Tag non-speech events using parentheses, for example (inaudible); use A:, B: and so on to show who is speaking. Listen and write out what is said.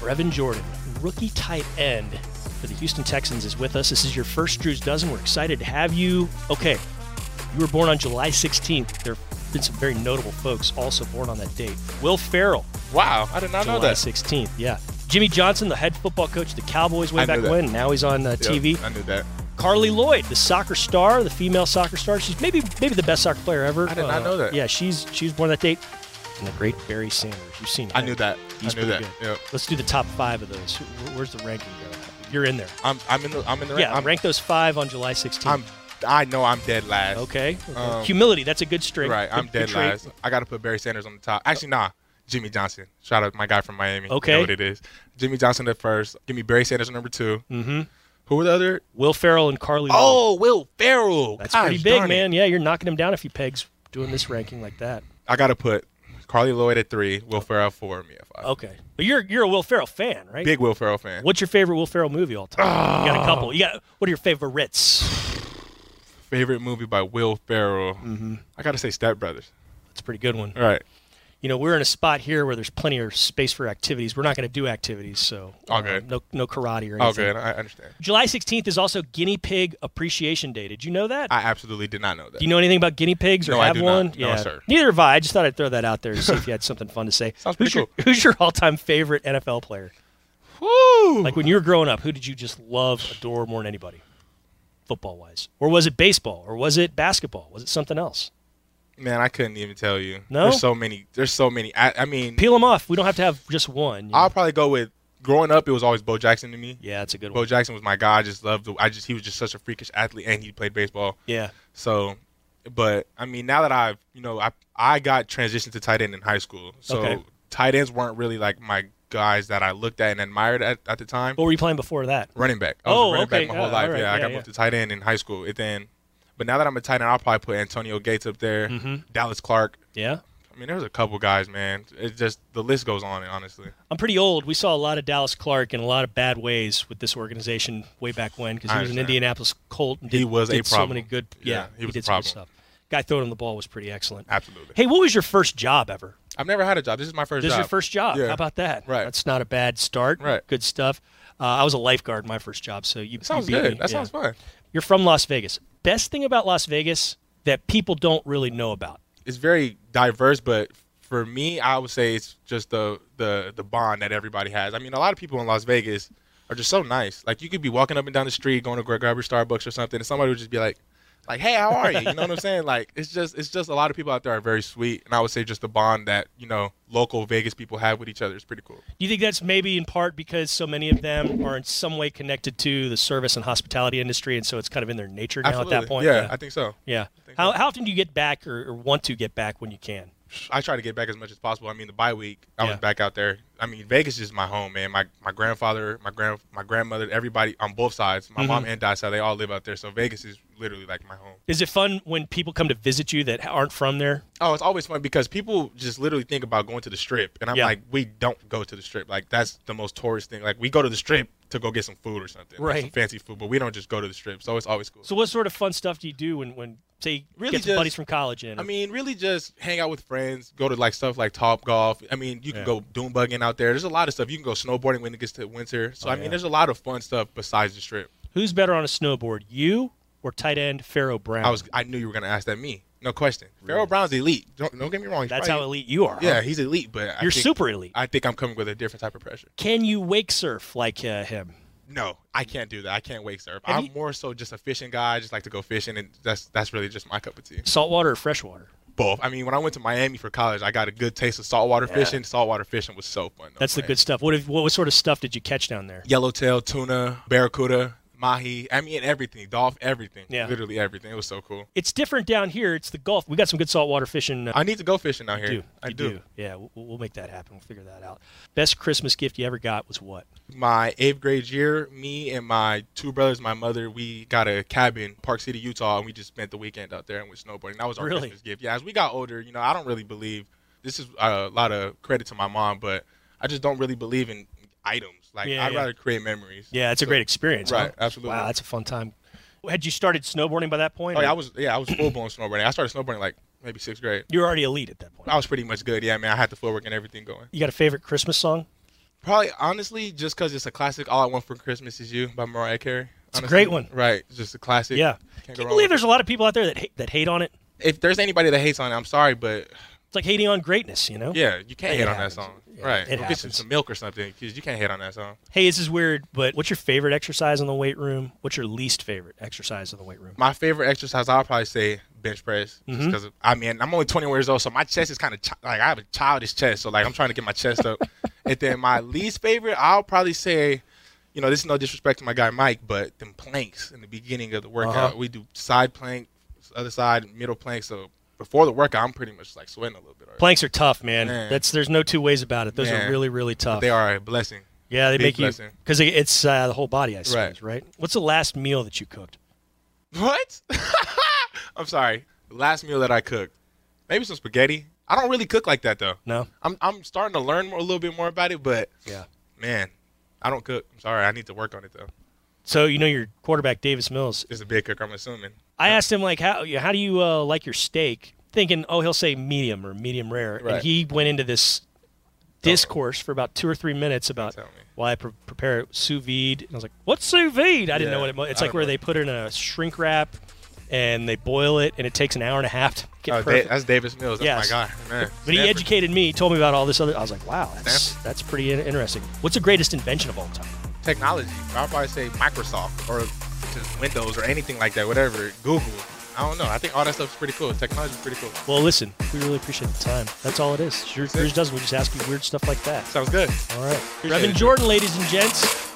A: Brevin Jordan, rookie tight end for the Houston Texans, is with us. This is your first Drew's Dozen. We're excited to have you. Okay, you were born on July 16th. There have been some very notable folks also born on that date. Will Farrell,
B: Wow, I did not know
A: July
B: that.
A: 16th. Yeah. Jimmy Johnson, the head football coach of the Cowboys way
B: I knew
A: back
B: that.
A: when. Now he's on uh,
B: Yeah,
A: TV.
B: I knew that.
A: Carly Lloyd, the soccer star, the female soccer star. She's maybe maybe the best soccer player ever. Uh,
B: I did not know that.
A: Yeah, she's she was born that date. And the great Barry Sanders. You've seen him.
B: I knew that.
A: He's
B: I knew that.
A: pretty good.
B: Yep.
A: Let's do the top five of those. Wh- Where's the ranking going? You're in there.
B: I'm, I'm in the. I'm in the.
A: Yeah,
B: I'm,
A: rank those five on July 16th.
B: I'm. I know I'm dead last.
A: okay. okay.
B: um,
A: Humility. That's a good string.
B: Right. I'm dead
A: last.
B: last. I got to put Barry Sanders on the top. Actually, nah. Jimmy Johnson. Shout out my guy from Miami. You
A: Okay.
B: know what it is. Jimmy Johnson at first. Give me Barry Sanders at number two.
A: Mm-hmm.
B: Who were the other?
A: Will Farrell and Carly. Lloyd.
B: Oh, Will Ferrell.
A: that's
B: Gosh
A: pretty big,
B: darn it.
A: man. Yeah, you're knocking him down a few pegs doing this ranking like that.
B: I got to put Carly Lloyd at three. Will Ferrell four. Me at five.
A: Okay, but you're you're a Will Ferrell fan, right?
B: Big Ah. Will Ferrell fan.
A: What's your favorite Will Ferrell movie all time? You got a couple. You got what are your favorites?
B: Favorite movie by Will Ferrell.
A: Mm-hmm.
B: I got to say Step Brothers.
A: That's a pretty good one.
B: All right.
A: You know, we're in a spot here where there's plenty of space for activities. We're not going to do activities, so uh,
B: All good.
A: no no karate or anything.
B: Oh, good. I I understand.
A: July 16th is also Guinea Pig Appreciation Day. Did you know that?
B: I absolutely did not know that.
A: do you know anything about guinea pigs or
B: No, I
A: have
B: do not.
A: one?
B: No,
A: Yeah.
B: sir.
A: Neither have I. I just thought I'd throw that out there to see if you had something fun to say.
B: (laughs) Sounds
A: who's
B: pretty
A: your who's your all-time favorite NFL player?
B: Woo!
A: Like when you were growing up, who did you just love, adore more than anybody? Football wise. Or was it baseball? Or was it basketball? Was it something else?
B: Man, I couldn't even tell you.
A: No?
B: There's so many. There's so many. I, I mean,
A: Peel them off. We don't have to have just one. you know?
B: I'll probably go with growing up. It was always Bo Jackson to me.
A: Yeah, that's a good
B: Bo
A: one.
B: Jackson was my guy. I just loved. The, I just he was just such a freakish athlete, and he played baseball.
A: Yeah.
B: So, but I mean, now that I've you know I I got transitioned to tight end in high school, so
A: Okay.
B: tight ends weren't really like my guys that I looked at and admired at, at the time.
A: What were you playing before that?
B: Running back. I was
A: Oh,
B: a running
A: okay.
B: back my whole
A: Yeah,
B: life.
A: all right.
B: Yeah, I
A: Yeah,
B: got
A: yeah.
B: moved to tight end in high school. It then, but now that I'm a tight end, I'll probably put Antonio Gates up there,
A: Mm-hmm.
B: Dallas Clark.
A: Yeah.
B: I mean, there was a couple guys, man. It just the list goes on, honestly.
A: I'm pretty old. We saw a lot of Dallas Clark in a lot of bad ways with this organization way back when because he
B: I
A: was an
B: understand.
A: Indianapolis Colt. And did,
B: He was a
A: did so
B: problem.
A: many good. Yeah,
B: Yeah, he was
A: did
B: a
A: some good
B: problem.
A: stuff. Guy throwing him the ball was pretty excellent.
B: Absolutely.
A: Hey, what was your first job ever?
B: I've never had a job. This is my first.
A: This
B: job.
A: is your first job.
B: Yeah.
A: How about that?
B: Right.
A: That's not a bad start.
B: Right.
A: Good stuff. Uh, I was a lifeguard my first job, so you you
B: Sounds
A: beat
B: good.
A: me.
B: That
A: Yeah.
B: sounds fun.
A: You're from Las Vegas. Best thing about Las Vegas that people don't really know about.
B: It's very diverse, but for me, I would say it's just the the the bond that everybody has. I mean, a lot of people in Las Vegas are just so nice. Like you could be walking up and down the street, going to gra- grab your Starbucks or something, and somebody would just be like, like Hey, how are you? You know what I'm saying? Like it's just it's just a lot of people out there are very sweet, and I would say just the bond that you know local Vegas people have with each other is pretty cool.
A: Do you think that's maybe in part because so many of them are in some way connected to the service and hospitality industry, and so it's kind of in their nature now
B: Absolutely.
A: at that point?
B: yeah, I think so.
A: Yeah.
B: think
A: How,
B: so.
A: how often do you get back or, or want to get back when you can?
B: I try to get back as much as possible. I mean, the bye week, I
A: Yeah.
B: was back out there. I mean, Vegas is my home, man. My my grandfather, my grand my grandmother, everybody on both sides, my mom and dad's side, they all live out there. So Vegas is literally like my home.
A: Is it fun when people come to visit you that aren't from there?
B: Oh, it's always fun because people just literally think about going to the strip, and I'm
A: Yeah.
B: like, we don't go to the strip. Like that's the most tourist thing. Like we go to the strip to go get some food or something, like,
A: Right.
B: some fancy food, but we don't just go to the strip. So it's always cool.
A: So, what sort of fun stuff do you do when, when say, you
B: Really
A: get some
B: just-
A: buddies from college in?
B: I mean, really just hang out with friends, go to like stuff like Top Golf. I mean, you can
A: Yeah.
B: go dune bugging out there. There's a lot of stuff. You can go snowboarding when it gets to winter. So, I mean,
A: Oh, yeah.
B: there's a lot of fun stuff besides the strip.
A: Who's better on a snowboard, you or tight end Pharaoh Brown?
B: I was I knew you were going to ask that me. No question. Pharaoh Brown's elite. Don't, don't get me wrong. he's
A: That's how
B: probably-
A: elite you are. huh?
B: Yeah, he's elite, but I
A: You're
B: think,
A: super elite.
B: I think I'm coming with a different type of pressure.
A: Can you wake surf like uh, him?
B: No, I can't do that. I can't wake surf.
A: Have
B: I'm
A: you-
B: more so just a fishing guy. I just like to go fishing, and that's that's really just my cup of tea.
A: Saltwater or freshwater?
B: Both. I mean, when I went to Miami for college, I got a good taste of saltwater fishing. Saltwater fishing was so fun. no
A: That's the
B: way.
A: good stuff. What if, what sort of stuff did you catch down there?
B: yellowtail, tuna, barracuda, mahi. I mean, everything, dolphin, everything.
A: Yeah.
B: Literally everything. It was so cool.
A: It's different down here. It's the Gulf. We got some good saltwater fishing. Uh,
B: I need to go fishing out here.
A: do.
B: I
A: You Yeah, we'll, we'll make that happen. We'll figure that out. Best Christmas gift you ever got was what?
B: My eighth grade year, me and my two brothers, my mother, we got a cabin, Park City, Utah, and we just spent the weekend out there and went snowboarding. That was our
A: Really?
B: Christmas gift. Yeah, as we got older, you know, I don't really believe. This is a lot of credit to my mom, but I just don't really believe in items. Like
A: Yeah,
B: I'd
A: yeah.
B: rather create memories.
A: Yeah, it's a
B: So-
A: great experience.
B: Right,
A: huh?
B: absolutely.
A: Wow, that's a fun time. Had you started snowboarding by that point?
B: Oh, yeah,
A: or-
B: I was yeah, I was full blown snowboarding. I started snowboarding like maybe sixth grade.
A: you were already elite at that point.
B: I was pretty much good. Yeah, man, I had the footwork and everything going.
A: You got a favorite Christmas song?
B: Probably honestly, just because it's a classic. All I want for Christmas is you by Mariah Carey.
A: It's a
B: honestly.
A: great one.
B: Right, it's just a classic.
A: Yeah.
B: Can't
A: Can
B: go
A: you
B: wrong
A: believe
B: with
A: there's a lot of people out there that hate, that hate on it?
B: it. If there's anybody that hates on it, I'm sorry, but
A: It's like hating on greatness, you know?
B: yeah, you can't
A: It
B: hate on
A: happens.
B: that song.
A: Yeah,
B: right,
A: it
B: Go get you
A: happens.
B: some milk or something because you can't hate on that song.
A: Hey, this is weird, but what's your favorite exercise in the weight room? What's your least favorite exercise in the weight room?
B: My favorite exercise, I'll probably say bench press, just
A: Mhm.
B: because I mean I'm only 21 years old, so my chest is kind of ch- like I have a childish chest, so like I'm trying to get my chest up. and then my least favorite, I'll probably say, you know, this is no disrespect to my guy Mike, but them planks in the beginning of the workout,
A: Uh-huh.
B: we do side plank, other side, middle plank. So before the workout, I'm pretty much like sweating a little bit. already.
A: Planks are tough, man.
B: Man.
A: That's there's no two ways about it. Those are
B: Man.
A: really really tough.
B: They are a blessing.
A: yeah, they
B: big
A: make you
B: blessing.
A: because it's uh, the whole body, I suppose.
B: Right.
A: Right. What's the last meal that you cooked?
B: What? (laughs) I'm sorry. Last meal that I cooked, maybe some spaghetti. I don't really cook like that though.
A: No.
B: I'm I'm starting to learn more, a little bit more about it, but
A: Yeah.
B: man, I don't cook. I'm sorry. I need to work on it though.
A: So you know your quarterback Davis Mills.
B: It's a big cook. I'm assuming.
A: I asked him like how how do you uh, like your steak? Thinking oh he'll say medium or medium rare, and
B: Right.
A: he went into this discourse for about two or three minutes about
B: Tell me.
A: why I pre- prepare it sous vide. And I was like, what's sous vide? I didn't
B: Yeah,
A: know what it was. It's
B: I
A: like
B: don't
A: where
B: know.
A: they put it in a shrink wrap and they boil it, and it takes an hour and a half to get
B: Oh, Da-
A: perfect.
B: that's Davis Mills.
A: Yes.
B: That's my guy. Man.
A: (laughs) but he
B: Stanford.
A: educated me, told me about all this other. I was like, wow, that's that's pretty in- interesting. What's the greatest invention of all time?
B: technology. I'll probably say Microsoft or just Windows or anything like that. Whatever. Google. I don't know. I think all that stuff's pretty cool. Technology's pretty cool.
A: Well, listen, we really appreciate the time. That's all it is. Yours,
B: That's it.
A: yours doesn't. We just ask you weird stuff like that.
B: Sounds good.
A: All right,
B: Appreciate
A: Reverend
B: it.
A: Jordan, ladies and gents.